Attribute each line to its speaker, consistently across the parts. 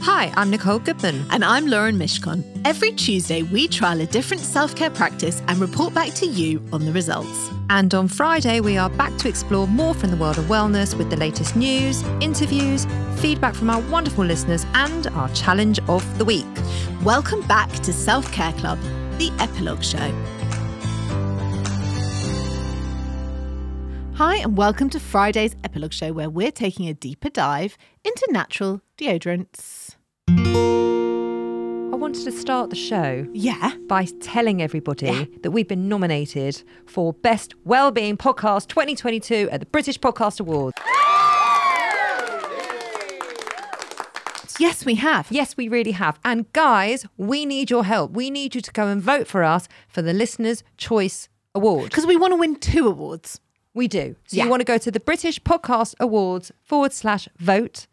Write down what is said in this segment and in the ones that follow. Speaker 1: Hi, I'm Nicole Goodman.
Speaker 2: And I'm Lauren Mishkon. Every Tuesday, we trial a different self care practice and report back to you on the results.
Speaker 1: And on Friday, we are back to explore more from the world of wellness with the latest news, interviews, feedback from our wonderful listeners, and our challenge of the week.
Speaker 2: Welcome back to Self Care Club, the epilogue show. Hi, and welcome to Friday's epilogue show, where we're taking a deeper dive into natural deodorants.
Speaker 3: I wanted to start the show
Speaker 2: Yeah.
Speaker 3: by telling everybody
Speaker 2: Yeah.
Speaker 3: that we've been nominated for Best Wellbeing Podcast 2022 at the British Podcast Awards.
Speaker 2: Yes, we have.
Speaker 3: Yes, we really have. And guys, we need your help. We need you to go and vote for us for the Listener's Choice Award.
Speaker 2: Because we want to win two awards.
Speaker 3: We do. So
Speaker 2: Yeah.
Speaker 3: you want to go to the British Podcast Awards forward slash vote.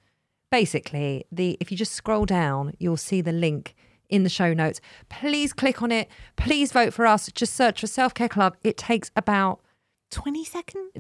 Speaker 3: Basically, the if you just scroll down, you'll see the link in the show notes. Please click on it. Please vote for us. Just search for Self Care Club. It takes about
Speaker 2: 20 seconds?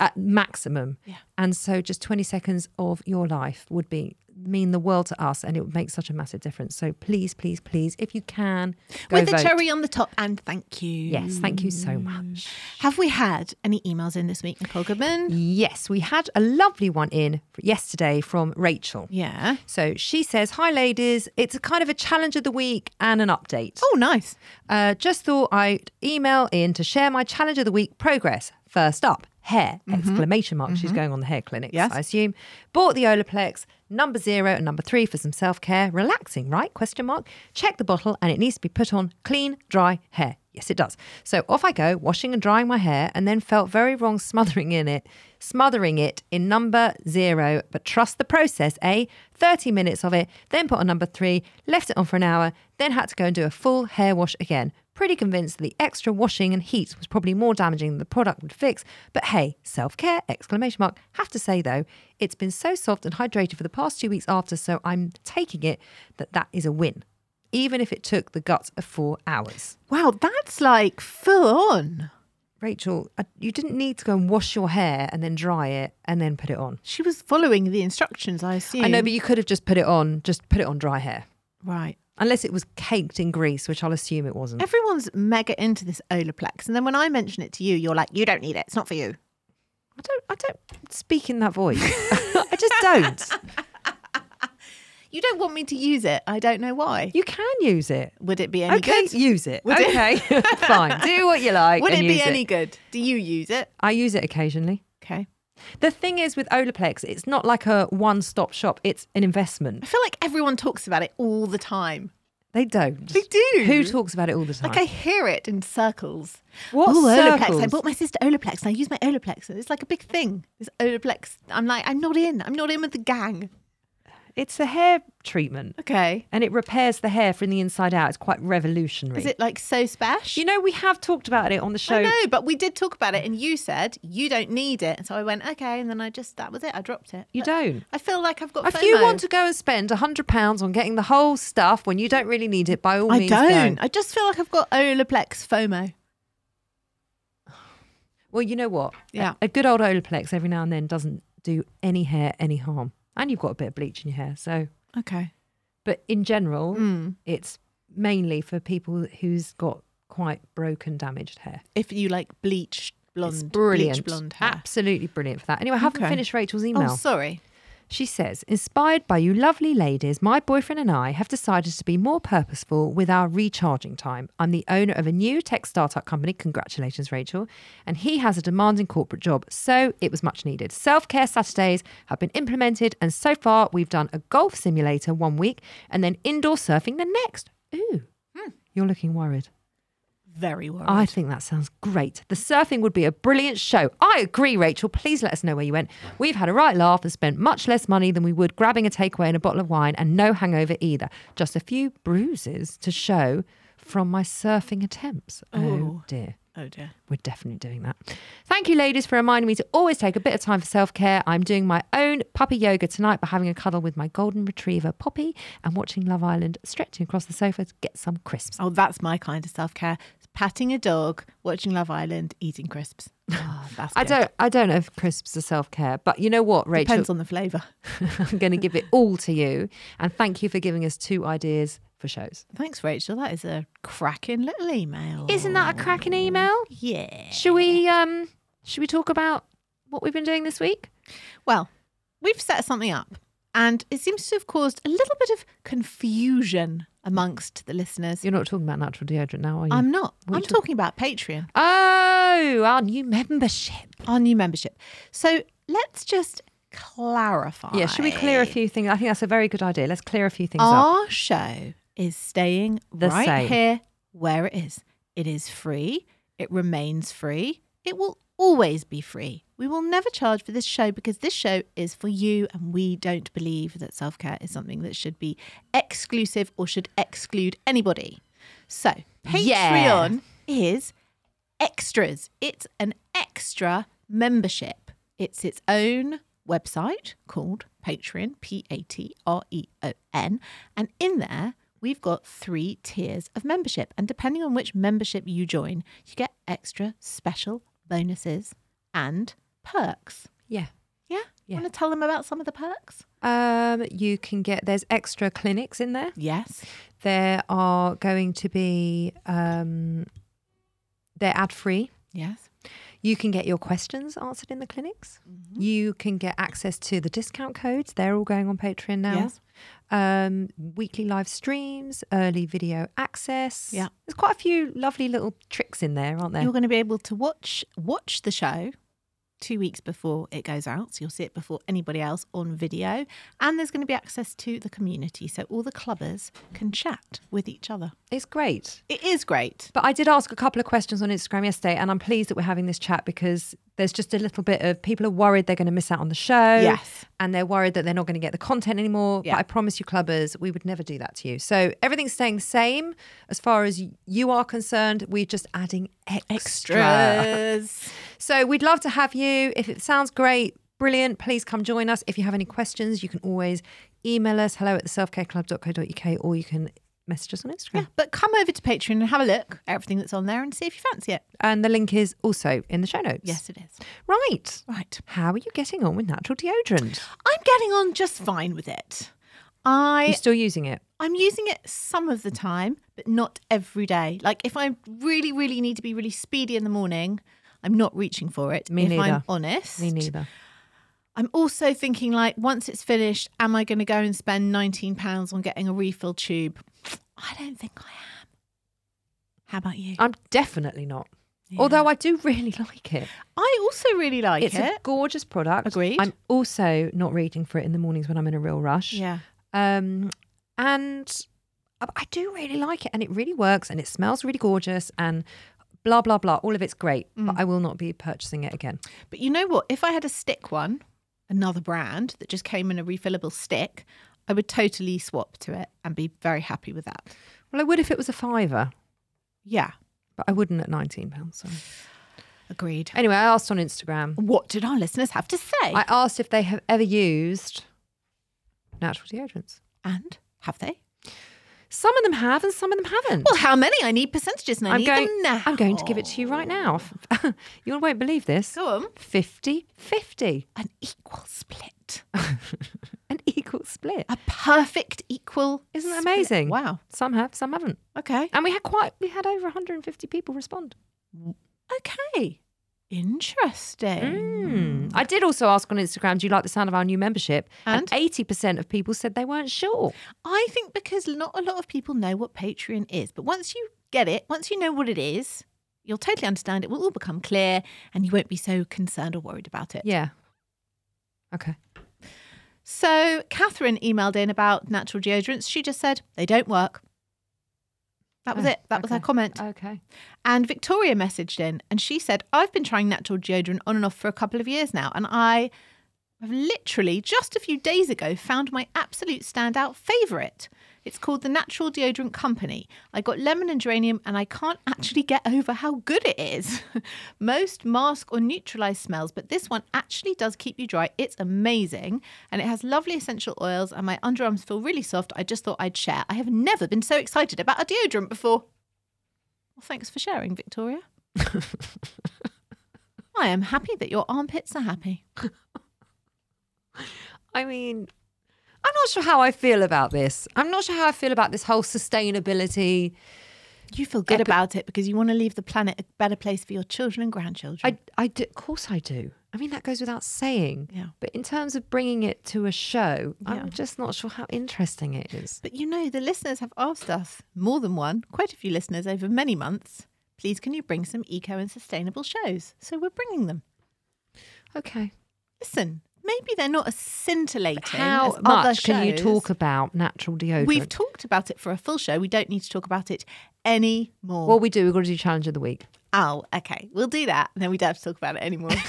Speaker 3: at maximum.
Speaker 2: Yeah.
Speaker 3: And so just 20 seconds of your life would be mean the world to us and it would make such a massive difference. So please, please, please, if you can, go
Speaker 2: With a
Speaker 3: vote.
Speaker 2: cherry Mm. on the top, and thank you.
Speaker 3: Yes, thank you so much.
Speaker 2: Have we had any emails in this week, Nicole Goodman?
Speaker 3: Yes, we had a lovely one in yesterday from Rachel.
Speaker 2: Yeah.
Speaker 3: So she says, Hi, ladies. It's a kind of a challenge of the week and an update.
Speaker 2: Oh, nice.
Speaker 3: Uh, just thought I'd email in to share my challenge of the week progress. First up, hair! Exclamation mark. She's going on the hair clinics,
Speaker 2: Yes.
Speaker 3: I assume. Bought the Olaplex, number zero and number three for some self care. Relaxing, right? Question mark. Check the bottle and it needs to be put on clean, dry hair. Yes, it does. So off I go, washing and drying my hair, and then felt very wrong smothering in it, smothering it in number zero. But trust the process, eh? 30 minutes of it, then put on number three, left it on for an hour, then had to go and do a full hair wash again. Pretty convinced the extra washing and heat was probably more damaging than the product would fix. But hey, self-care! Exclamation mark. Have to say though, it's been so soft and hydrated for the past two weeks after, so I'm taking it that that is a win, even if it took the guts of four hours.
Speaker 2: Wow, that's like full on.
Speaker 3: Rachel, I- you didn't need to go and wash your hair and then dry it and then put it on.
Speaker 2: She was following the instructions, I assume.
Speaker 3: I know, but you could have just put it on, just put it on dry hair,
Speaker 2: Right.
Speaker 3: unless it was caked in grease, which I'll assume it wasn't.
Speaker 2: Everyone's mega into this Olaplex. And then when I mention it to you, you're like, you don't need it. It's not for you.
Speaker 3: I don't, I don't speak in that voice. I just don't.
Speaker 2: You don't want me to use it. I don't know why.
Speaker 3: You can use it.
Speaker 2: Would it be any
Speaker 3: okay,
Speaker 2: good?
Speaker 3: use it.
Speaker 2: Would it-
Speaker 3: okay, fine. Do what you like.
Speaker 2: Would it
Speaker 3: and
Speaker 2: be
Speaker 3: use
Speaker 2: any good? Do you use it?
Speaker 3: I use it occasionally.
Speaker 2: Okay.
Speaker 3: The thing is with Olaplex, it's not like a one-stop shop. It's an
Speaker 2: I
Speaker 3: investment.
Speaker 2: feel like everyone talks about it all the time.
Speaker 3: They don't.
Speaker 2: They do.
Speaker 3: Who talks about it all the time?
Speaker 2: Like I hear it in circles.
Speaker 3: What
Speaker 2: Ooh, Olaplex. I
Speaker 3: circles?
Speaker 2: bought my sister Olaplex and I use my Olaplex. It's like a big thing. This Olaplex. I'm like, I'm not in. I'm not in with the gang.
Speaker 3: It's a hair treatment,
Speaker 2: Okay.
Speaker 3: and it repairs the hair from the inside out. It's quite revolutionary.
Speaker 2: Is it like so special?
Speaker 3: You know, we have talked about it on the show.
Speaker 2: I know, but we did talk about it, and you said you don't need it. So I went, okay, and then I just that was it. I dropped it.
Speaker 3: You
Speaker 2: But
Speaker 3: don't.
Speaker 2: I feel like I've got.
Speaker 3: If you
Speaker 2: FOMO.
Speaker 3: want to go and spend hundred pounds on getting the whole stuff when you don't really need it, by all
Speaker 2: I
Speaker 3: means,
Speaker 2: don't.
Speaker 3: Go.
Speaker 2: I just feel like I've got Olaplex FOMO.
Speaker 3: Well, you know what?
Speaker 2: Yeah.
Speaker 3: A good old Olaplex every now and then doesn't do any hair any harm. And you've got a bit of bleach in your hair. So,
Speaker 2: Okay.
Speaker 3: but in general,
Speaker 2: Mm. Hmm.
Speaker 3: it's mainly for people who's got quite broken, damaged hair.
Speaker 2: If you like bleached blonde,
Speaker 3: It's brilliant.
Speaker 2: bleach blonde hair.
Speaker 3: Absolutely brilliant for that. Anyway, I haven't
Speaker 2: Okay.
Speaker 3: finished Rachel's email.
Speaker 2: Oh, sorry.
Speaker 3: She says, inspired by you lovely ladies, my boyfriend and I have decided to be more purposeful with our recharging time. I'm the owner of a new tech startup company. Congratulations, Rachel. And he has a demanding corporate job, so it was much needed. Self care Saturdays have been implemented, and so far we've done a golf simulator one week and then indoor surfing the next. Ooh, you're looking hmm, worried.
Speaker 2: very worried.
Speaker 3: I think that sounds great. The surfing would be a brilliant show. I agree, Rachel. Please let us know where you went. We've had a right laugh and spent much less money than we would grabbing a takeaway and a bottle of wine and no hangover either. Just a few bruises to show from my surfing attempts. Oh,
Speaker 2: Oh.
Speaker 3: dear.
Speaker 2: oh dear.
Speaker 3: We're definitely doing that. Thank you, ladies, for reminding me to always take a bit of time for self care. I'm doing my own puppy yoga tonight by having a cuddle with my golden retriever, Poppy, and watching Love Island, stretching across the sofa to get some crisps.
Speaker 2: Oh, that's my kind of self care. Patting a dog, watching Love Island, eating crisps. that's
Speaker 3: Oh, I
Speaker 2: good.
Speaker 3: don't, I don't know if crisps are self care, but you know what, Rachel?
Speaker 2: Depends on the flavour.
Speaker 3: I'm going to give it all to you. And thank you for giving us two ideas for shows.
Speaker 2: Thanks, Rachel. That is a cracking little email.
Speaker 3: Isn't that a cracking email?
Speaker 2: Yeah.
Speaker 3: Should we, um, should we talk about what we've been doing this week?
Speaker 2: Well, we've set something up, and it seems to have caused a little bit of confusion amongst the listeners.
Speaker 3: You're not talking about natural deodorant now, are you?
Speaker 2: I'm not.
Speaker 3: Mm. What are
Speaker 2: I'm
Speaker 3: you
Speaker 2: talking about Patreon,
Speaker 3: Oh, our new membership.
Speaker 2: our new membership. So let's just clarify.
Speaker 3: Yeah, should we clear a few things? I think that's a very good idea. Let's clear a few things up.
Speaker 2: Our show is staying
Speaker 3: The
Speaker 2: right
Speaker 3: same.
Speaker 2: here where it is. It is free. It remains free. It will always be free. We will never charge for this show because this show is for you, and we don't believe that self care is something that should be exclusive or should exclude anybody. So,
Speaker 3: Yeah.
Speaker 2: Patreon is extras. It's an extra membership. It's its own website called Patreon, P A T R E O N. And in there, we've got three tiers of membership. And depending on which membership you join, you get extra special bonuses and perks.
Speaker 3: Yeah.
Speaker 2: Yeah?
Speaker 3: Yeah.
Speaker 2: Want to tell them about some of the perks?
Speaker 3: Um, you can get there's extra clinics in there.
Speaker 2: Yes.
Speaker 3: There are going to be um, they're ad free.
Speaker 2: Yes.
Speaker 3: You can get your questions answered in the clinics.
Speaker 2: Mm-hmm.
Speaker 3: You can get access to the discount codes. They're all going on Patreon now.
Speaker 2: Yes.
Speaker 3: Um, weekly live streams, early video access.
Speaker 2: Yeah.
Speaker 3: There's quite a few lovely little tricks in there, aren't there?
Speaker 2: You're going to be able to watch watch the show two weeks before it goes out, so you'll see it before anybody else on video. And there's going to be access to the community, so all the clubbers can chat with each other.
Speaker 3: It's great.
Speaker 2: It is great.
Speaker 3: But I did ask a couple of questions on Instagram yesterday, and I'm pleased that we're having this chat because there's just a little bit of people are worried they're going to miss out on the show.
Speaker 2: Yes.
Speaker 3: And they're worried that they're not going to get the content anymore.
Speaker 2: Yeah.
Speaker 3: But I promise you, clubbers, we would never do that to you. So everything's staying the same as far as you are concerned. We're just adding extra.
Speaker 2: Extras.
Speaker 3: So we'd love to have you. If it sounds great, brilliant, please come join us. If you have any questions, you can always email us hello at the selfcareclub.co.uk or you can message us on Instagram.
Speaker 2: Yeah, but come over to Patreon and have a look at everything that's on there and see if you fancy it.
Speaker 3: And the link is also in the show notes.
Speaker 2: Yes, it is.
Speaker 3: Right.
Speaker 2: Right.
Speaker 3: How are you getting on with natural deodorant?
Speaker 2: I'm getting on just fine with it. I
Speaker 3: You're still using it?
Speaker 2: I'm using it some of the time, but not every day. Like if I really, really need to be really speedy in the morning, I'm not reaching for it.
Speaker 3: Me
Speaker 2: if I'm
Speaker 3: neither.
Speaker 2: honest.
Speaker 3: Me neither.
Speaker 2: I'm also thinking like once it's finished, am I gonna go and spend nineteen pounds on getting a refill tube? I don't think I am. How about you?
Speaker 3: I'm definitely not. Although I do really like it.
Speaker 2: I also really like
Speaker 3: it's a
Speaker 2: it.
Speaker 3: gorgeous product.
Speaker 2: Agreed.
Speaker 3: I'm also not reading for it in the mornings when I'm in a real rush.
Speaker 2: yeah.
Speaker 3: Um, and I I do really like it, and it really works, and it smells really gorgeous, and blah blah blah. All of it's great,
Speaker 2: Mm.
Speaker 3: but I will not be purchasing it again.
Speaker 2: But you know what? If I had a stick one, another brand that just came in a refillable stick, I would totally swap to it and be very happy with that.
Speaker 3: Well, I would if it was a fiver,
Speaker 2: Yeah.
Speaker 3: but I wouldn't at nineteen pounds. So.
Speaker 2: Agreed.
Speaker 3: Anyway, I asked on Instagram.
Speaker 2: What did our listeners have to say?
Speaker 3: I asked if they have ever used natural deodorants.
Speaker 2: and have they?
Speaker 3: Some of them have, and some of them haven't.
Speaker 2: Well, how many? I need percentages and I
Speaker 3: I'm
Speaker 2: need
Speaker 3: going.
Speaker 2: them now.
Speaker 3: I'm going to give it to you right now. you won't believe this.
Speaker 2: Go on.
Speaker 3: 50 50
Speaker 2: An equal split.
Speaker 3: an equal split
Speaker 2: A perfect equal.
Speaker 3: isn't that
Speaker 2: split.
Speaker 3: amazing
Speaker 2: Wow.
Speaker 3: some have some haven't
Speaker 2: Okay.
Speaker 3: and we had quite we had over 150 people respond
Speaker 2: Okay. Mm. Interesting.
Speaker 3: Hmm. i did also ask on instagram do you like the sound of our new membership
Speaker 2: And?
Speaker 3: 80% of people said they weren't sure
Speaker 2: I think because not a lot of people know what Patreon is, but once you get it, once you know what it is, you'll totally understand. It will all become clear and you won't be so concerned or worried about it.
Speaker 3: yeah okay
Speaker 2: So, Catherine emailed in about natural deodorants. She just said, they don't work. That was
Speaker 3: Oh,
Speaker 2: it. That was her
Speaker 3: okay.
Speaker 2: comment.
Speaker 3: Okay.
Speaker 2: And Victoria messaged in and she said, I've been trying natural deodorant on and off for a couple of years now. And I have literally just a few days ago found my absolute standout favourite. It's called the Natural Deodorant Company. I got lemon and geranium and I can't actually get over how good it is. Most mask or neutralise smells, but this one actually does keep you dry. It's amazing and it has lovely essential oils and my underarms feel really soft. I just thought I'd share. I have never been so excited about a deodorant before. Well, thanks for sharing, Victoria. I am happy that your armpits are happy.
Speaker 3: I mean, I'm not sure how I feel about this. I'm not sure how I feel about this whole sustainability.
Speaker 2: You feel good about it because you want to leave the planet a better place for your children and
Speaker 3: I,
Speaker 2: grandchildren.
Speaker 3: I do, of course I do. I mean, that goes without saying.
Speaker 2: Yeah.
Speaker 3: But in terms of bringing it to a show,
Speaker 2: Yeah.
Speaker 3: I'm just not sure how interesting it is.
Speaker 2: but you know, the listeners have asked us more than one, quite a few listeners over many months. Please, can you bring some eco and sustainable shows? So we're bringing them.
Speaker 3: Okay.
Speaker 2: Listen, maybe they're not as scintillating.
Speaker 3: How
Speaker 2: as other
Speaker 3: much can you
Speaker 2: shows.
Speaker 3: talk about natural deodorant?
Speaker 2: We've talked about it for a full show. We don't need to talk about it any more.
Speaker 3: well, we do. We've got to do challenge of the week.
Speaker 2: Oh, okay. We'll do that. And then we don't have to talk about it anymore.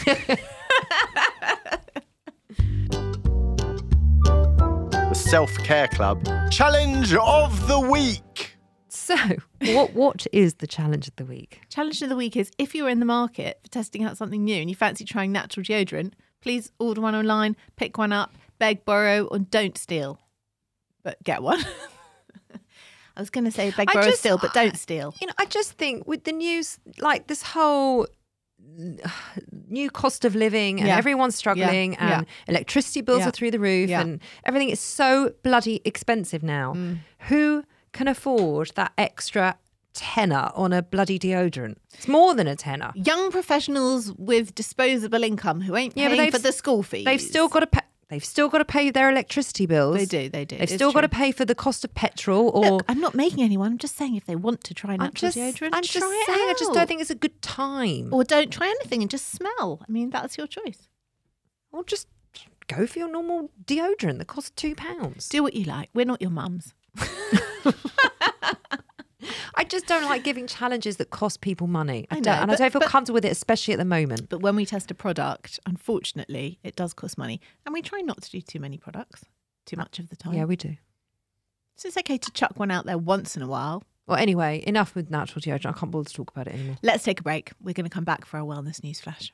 Speaker 4: The Self Care Club Challenge of the Week.
Speaker 3: So, what what is the challenge of the week?
Speaker 2: Challenge of the week is if you're in the market for testing out something new and you fancy trying natural deodorant, please order one online, pick one up, beg, borrow, or don't steal. But get one. I was going to say beg,
Speaker 3: I
Speaker 2: borrow,
Speaker 3: just-
Speaker 2: steal, but don't steal.
Speaker 3: You know, I just think with the news, like this whole new cost of living and
Speaker 2: Yeah.
Speaker 3: everyone's struggling
Speaker 2: Yeah.
Speaker 3: and electricity bills
Speaker 2: Yeah.
Speaker 3: are through the roof
Speaker 2: Yeah. Mm.
Speaker 3: and everything is so bloody expensive now. Who can afford that extra tenner on a bloody deodorant? It's more than a tenner.
Speaker 2: Young professionals with disposable income who ain't
Speaker 3: Yeah, but
Speaker 2: paying
Speaker 3: they've
Speaker 2: for the school fees.
Speaker 3: They've still got to pay. They've still got to pay their electricity bills.
Speaker 2: They do, they do.
Speaker 3: They've
Speaker 2: It's
Speaker 3: still got to
Speaker 2: true.
Speaker 3: pay for the cost of petrol or
Speaker 2: Look, I'm not making anyone. I'm just saying if they want to try natural
Speaker 3: I'm just,
Speaker 2: deodorant,
Speaker 3: I'm just
Speaker 2: try it
Speaker 3: saying, I just
Speaker 2: out.
Speaker 3: don't think it's a good time. Or,
Speaker 2: Or don't try anything and just smell. I mean, that's your choice.
Speaker 3: just go for your normal deodorant that costs two pounds.
Speaker 2: Do what you like. We're not your mums.
Speaker 3: I just don't like giving challenges that cost people money. I,
Speaker 2: I
Speaker 3: don't,
Speaker 2: know,
Speaker 3: and
Speaker 2: but-
Speaker 3: I don't feel
Speaker 2: but-
Speaker 3: comfortable with it, especially at the moment.
Speaker 2: But when we test a product, unfortunately, it does cost money. And we try not to do too many products too much of the time.
Speaker 3: Yeah, we do.
Speaker 2: so it's okay to chuck one out there once in a while.
Speaker 3: Well, anyway, enough with natural deodorant. I can't bother to talk about it anymore.
Speaker 2: Let's take a break. We're going to come back for our wellness news flash.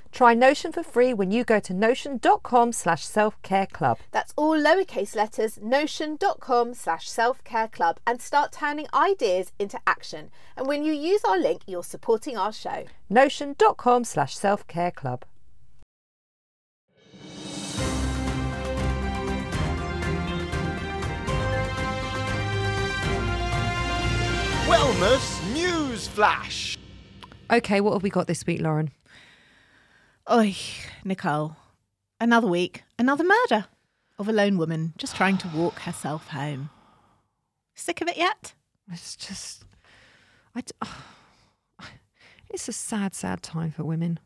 Speaker 3: Try Notion for free when you go to notion.com slash self-care club.
Speaker 5: That's all lowercase letters, notion.com slash self care club, and start turning ideas into action. And when you use our link, you're supporting our show.
Speaker 3: notion.com slash self-care club.
Speaker 4: Wellness news flash.
Speaker 3: Okay, what have we got this week, Lauren?
Speaker 2: Oi, Nicole. Another week, another murder of a lone woman just trying to walk herself home. Sick of it yet?
Speaker 3: It's just... I d- it's a sad, sad time for women.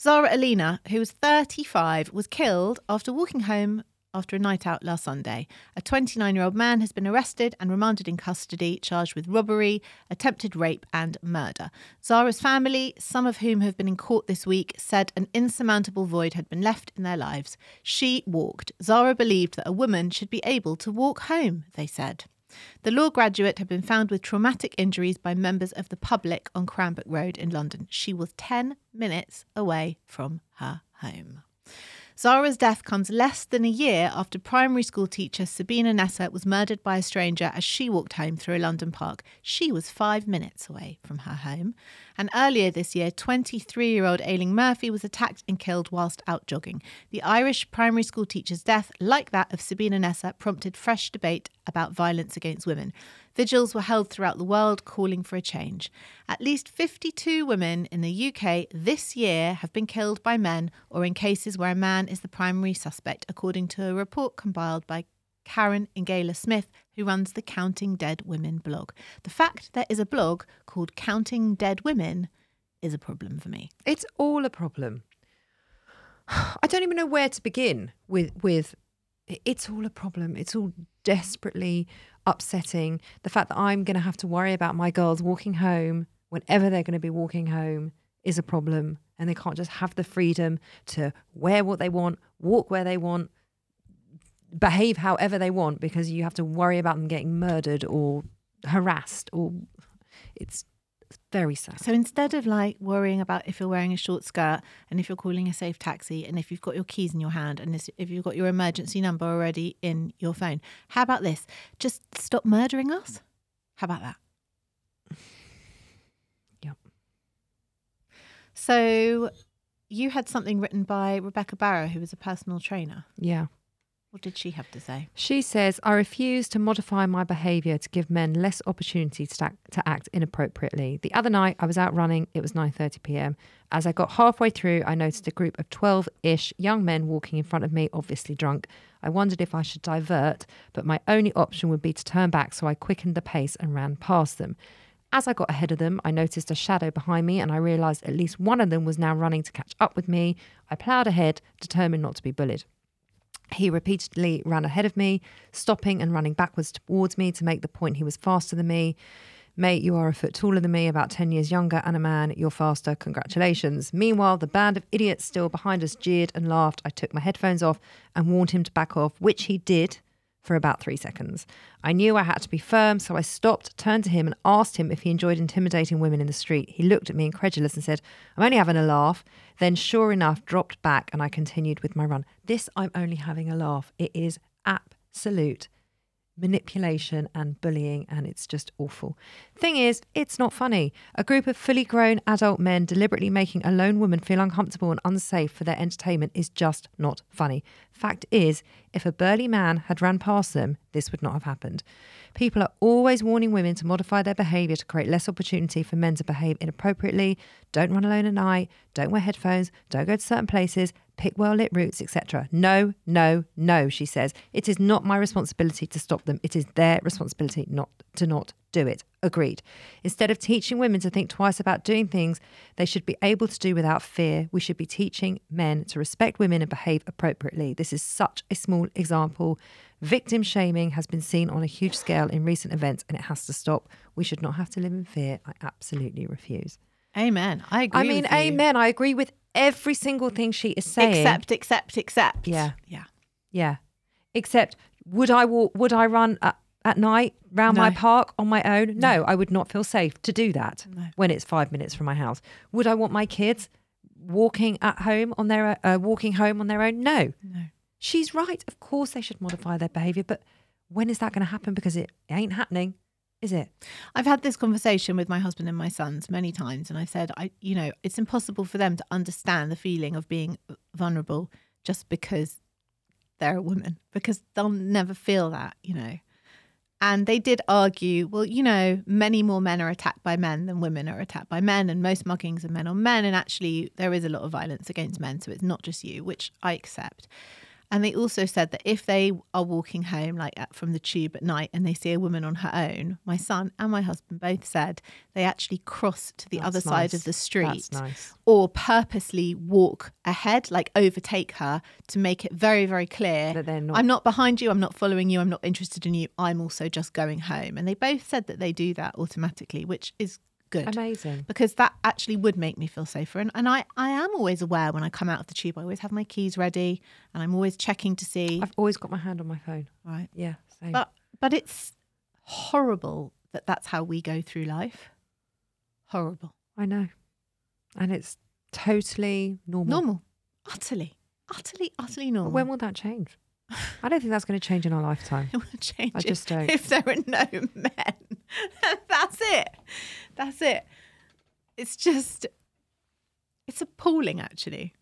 Speaker 2: Zara Alina, who was 35, was killed after walking home after a night out last Sunday. A 29 year old man has been arrested and remanded in custody, charged with robbery, attempted rape, and murder. Zara's family, some of whom have been in court this week, said an insurmountable void had been left in their lives. She walked. Zara believed that a woman should be able to walk home, they said. The law graduate had been found with traumatic injuries by members of the public on Cranbrook Road in London. She was 10 minutes away from her home. Zara's death comes less than a year after primary school teacher Sabina Nessa was murdered by a stranger as she walked home through a London park. She was five minutes away from her home. And earlier this year, 23 year old Ailing Murphy was attacked and killed whilst out jogging. The Irish primary school teacher's death, like that of Sabina Nessa, prompted fresh debate about violence against women. Vigils were held throughout the world calling for a change. At least 52 women in the UK this year have been killed by men or in cases where a man is the primary suspect, according to a report compiled by Karen Ingala Smith, who runs the Counting Dead Women blog. The fact there is a blog called Counting Dead Women is a problem for me.
Speaker 3: It's all a problem. I don't even know where to begin with with it's all a problem. It's all desperately upsetting. The fact that I'm going to have to worry about my girls walking home whenever they're going to be walking home is a problem and they can't just have the freedom to wear what they want, walk where they want, behave however they want because you have to worry about them getting murdered or harassed or it's it's very sad.
Speaker 2: So instead of like worrying about if you're wearing a short skirt and if you're calling a safe taxi and if you've got your keys in your hand and this- if you've got your emergency number already in your phone, how about this? Just stop murdering us? How about that?
Speaker 3: Yep.
Speaker 2: So you had something written by Rebecca Barrow, who was a personal trainer.
Speaker 3: Yeah.
Speaker 2: What did she have to say?
Speaker 3: She says, I refuse to modify my behaviour to give men less opportunity to, act- to act inappropriately. The other night, I was out running. It was 9.30pm. As I got halfway through, I noticed a group of 12-ish young men walking in front of me, obviously drunk. I wondered if I should divert, but my only option would be to turn back, so I quickened the pace and ran past them. As I got ahead of them, I noticed a shadow behind me and I realised at least one of them was now running to catch up with me. I ploughed ahead, determined not to be bullied. He repeatedly ran ahead of me, stopping and running backwards towards me to make the point he was faster than me. Mate, you are a foot taller than me, about 10 years younger, and a man. You're faster. Congratulations. Meanwhile, the band of idiots still behind us jeered and laughed. I took my headphones off and warned him to back off, which he did for about three seconds. I knew I had to be firm, so I stopped, turned to him, and asked him if he enjoyed intimidating women in the street. He looked at me incredulous and said, I'm only having a laugh. Then, sure enough, dropped back and I continued with my run. This, I'm only having a laugh. It is absolute manipulation and bullying and it's just awful. Thing is, it's not funny. A group of fully grown adult men deliberately making a lone woman feel uncomfortable and unsafe for their entertainment is just not funny. Fact is, if a burly man had ran past them, this would not have happened. People are always warning women to modify their behavior to create less opportunity for men to behave inappropriately. Don't run alone at night, don't wear headphones, don't go to certain places. pick well lit routes, etc. No, no, no, she says. It is not my responsibility to stop them. It is their responsibility not to not do it. Agreed. Instead of teaching women to think twice about doing things they should be able to do without fear, we should be teaching men to respect women and behave appropriately. This is such a small example. Victim shaming has been seen on a huge scale in recent events and it has to stop. We should not have to live in fear. I absolutely refuse.
Speaker 2: Amen. I agree.
Speaker 3: I mean,
Speaker 2: with you.
Speaker 3: amen. I agree with every single thing she is saying.
Speaker 2: Accept, accept, accept.
Speaker 3: Yeah.
Speaker 2: Yeah.
Speaker 3: Yeah. Except, would I walk? Would I run at, at night round my
Speaker 2: No.
Speaker 3: park on my own? No, I would not feel safe to do that when it's five minutes from my house. Would I want my kids walking at home on their uh, walking home on their own? No. No. She's right. Of course, they should modify their behaviour, but when is that going to happen? Because it ain't happening, is it?
Speaker 2: I've had this conversation with my husband and my sons many times, and I've said, I, you know, it's impossible for them to understand the feeling of being vulnerable just because they're a woman, because they'll never feel that, you know. And they did argue, well, you know, many more men are attacked by men than women are attacked by men, and most muggings are men on men. And actually, there is a lot of violence against men, so it's not just you, which I accept. And they also said that if they are walking home, like at- from the tube at night, and they see a woman on her own, my son and my husband both said they actually cross to the
Speaker 3: That's
Speaker 2: other side
Speaker 3: nice.
Speaker 2: of the street
Speaker 3: That's nice.
Speaker 2: or purposely walk ahead, like overtake her to make it very, very clear
Speaker 3: That they're not-
Speaker 2: Eh, I'm not behind you, I'm not following you, I'm not interested in you, I'm also just going home. And they both said that they do that automatically, which is good.
Speaker 3: Amazing.
Speaker 2: Because that actually would make me feel safer. And, and I, I am always aware when I come out of the tube, I always have my keys ready and I'm always checking to see.
Speaker 3: I've always got my hand on my phone.
Speaker 2: right.
Speaker 3: Yeah. Same.
Speaker 2: But, but it's horrible that that's how we go through life. Horrible.
Speaker 3: I know, and it's totally
Speaker 2: normal, utterly, utterly, utterly normal.
Speaker 3: When will that change? I don't think that's going to change in our lifetime.
Speaker 2: it will change?
Speaker 3: I
Speaker 2: if-
Speaker 3: just don't.
Speaker 2: If there are no men, that's it. That's it. It's just, it's appalling, actually.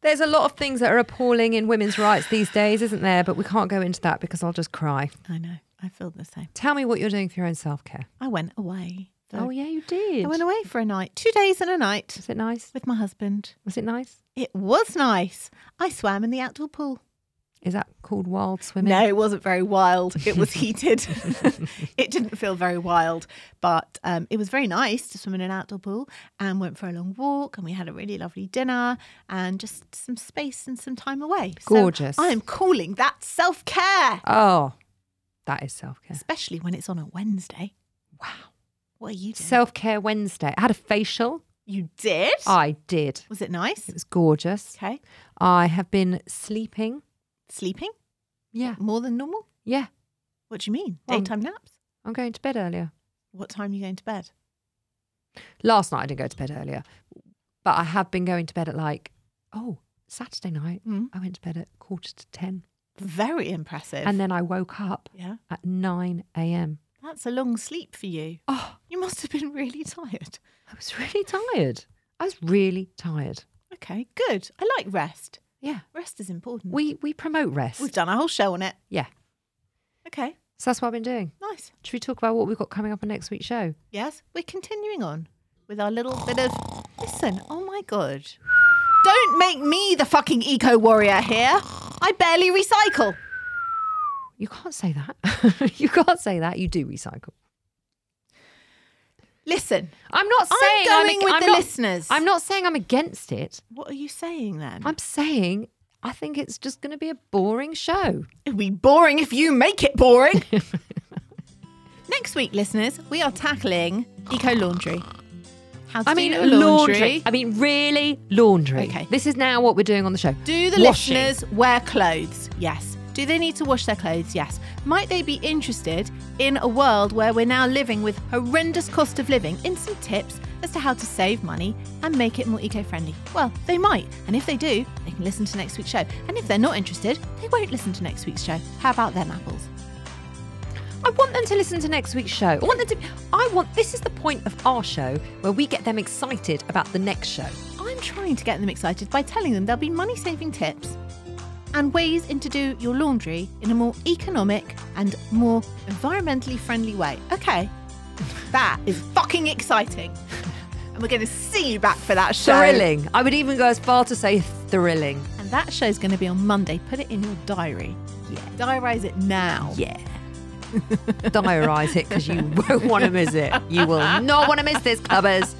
Speaker 3: There's a lot of things that are appalling in women's rights these days, isn't there? But we can't go into that because I'll just cry.
Speaker 2: I know. I feel the same.
Speaker 3: Tell me what you're doing for your own self care.
Speaker 2: I went away. for-
Speaker 3: Oh yeah, you did.
Speaker 2: I went away for a night, two days and a night
Speaker 3: Was it nice?
Speaker 2: with my husband.
Speaker 3: Was it nice?
Speaker 2: It was nice. I swam in the outdoor pool.
Speaker 3: Is that called wild swimming?
Speaker 2: No, it wasn't very wild. It was heated. it didn't feel very wild, but um, it was very nice to swim in an outdoor pool and went for a long walk and we had a really lovely dinner and just some space and some time away. So
Speaker 3: Gorgeous.
Speaker 2: I am calling that self care,
Speaker 3: Oh, that is self care.
Speaker 2: especially when it's on a Wednesday. Wow. What are you doing?
Speaker 3: Self care Wednesday. I had a facial.
Speaker 2: you did?
Speaker 3: I did.
Speaker 2: was it nice?
Speaker 3: It was gorgeous.
Speaker 2: Okay.
Speaker 3: I have been sleeping.
Speaker 2: Sleeping
Speaker 3: Yeah.
Speaker 2: more than normal?
Speaker 3: Yeah.
Speaker 2: What do you mean?
Speaker 3: Well-
Speaker 2: Daytime naps?
Speaker 3: I'm going to bed earlier.
Speaker 2: What time are you going to bed?
Speaker 3: Last night I didn't go to bed earlier, but I have been going to bed at like, oh, Saturday night,
Speaker 2: Mm.
Speaker 3: I went to bed at quarter to 10.
Speaker 2: Very impressive.
Speaker 3: And then I woke up
Speaker 2: yeah.
Speaker 3: at 9 a.m.
Speaker 2: That's a long sleep for you.
Speaker 3: Oh,
Speaker 2: You must have been really tired.
Speaker 3: I was really tired. I was really tired.
Speaker 2: Okay, good. I like rest.
Speaker 3: Yeah.
Speaker 2: Rest is important.
Speaker 3: We, we promote rest.
Speaker 2: Hmm. We've done a whole show on it.
Speaker 3: Yeah.
Speaker 2: Okay,
Speaker 3: So that's what I've been doing.
Speaker 2: nice.
Speaker 3: Should we talk about what we've got coming up on next week's show?
Speaker 2: Yes, we're continuing on with our little bit of. Listen, oh my God. Don't make me the fucking eco warrior here. I barely recycle.
Speaker 3: You can't say that. you can't say that. You do recycle.
Speaker 2: Listen,
Speaker 3: I'm not
Speaker 2: I'm
Speaker 3: saying
Speaker 2: going
Speaker 3: ag-
Speaker 2: with
Speaker 3: I'm
Speaker 2: the
Speaker 3: not-
Speaker 2: listeners.
Speaker 3: I'm not saying I'm against it.
Speaker 2: what are you saying then?
Speaker 3: I'm saying I think it's just going to be a boring show.
Speaker 2: It'll be boring if you make it boring. Next week, listeners, we are tackling eco laundry. How to
Speaker 3: I
Speaker 2: do
Speaker 3: mean,
Speaker 2: your
Speaker 3: laundry. I mean, really, laundry.
Speaker 2: Okay.
Speaker 3: This is now what we're doing on the show.
Speaker 2: Do the
Speaker 3: Washing.
Speaker 2: listeners wear clothes? Yes. Do they need to wash their clothes? Yes. Might they be interested in a world where we're now living with horrendous cost of living in some tips as to how to save money and make it more eco friendly? Well, they might. And if they do, they can listen to next week's show. And if they're not interested, they won't listen to next week's show. How about them apples?
Speaker 3: I want them to listen to next week's show. I want them to. I want. This is the point of our show where we get them excited about the next show.
Speaker 2: I'm trying to get them excited by telling them there'll be money saving tips and ways in to do your laundry in a more economic and more environmentally friendly way. Okay, that is fucking exciting. And we're going to see you back for that show.
Speaker 3: Thrilling. I would even go as far to say thrilling.
Speaker 2: And that show's going to be on Monday. Put it in your diary. Yeah. Diarise it now.
Speaker 3: Yeah. Diarise it because you won't want to miss it. You will not want to miss this, clubbers.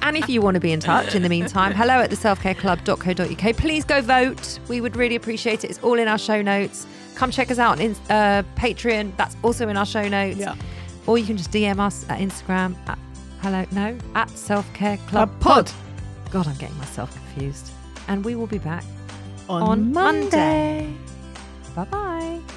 Speaker 3: And if you want to be in touch in the meantime, hello at theselfcareclub.co.uk. Please go vote. We would really appreciate it. It's all in our show notes. Come check us out on in, uh, Patreon. That's also in our show notes.
Speaker 2: Yeah.
Speaker 3: Or you can just DM us at Instagram at hello, no, at selfcareclubpod.
Speaker 2: Club pod.
Speaker 3: God, I'm getting myself confused. And we will be back
Speaker 2: On,
Speaker 3: on
Speaker 2: Monday.
Speaker 3: Monday. Bye bye.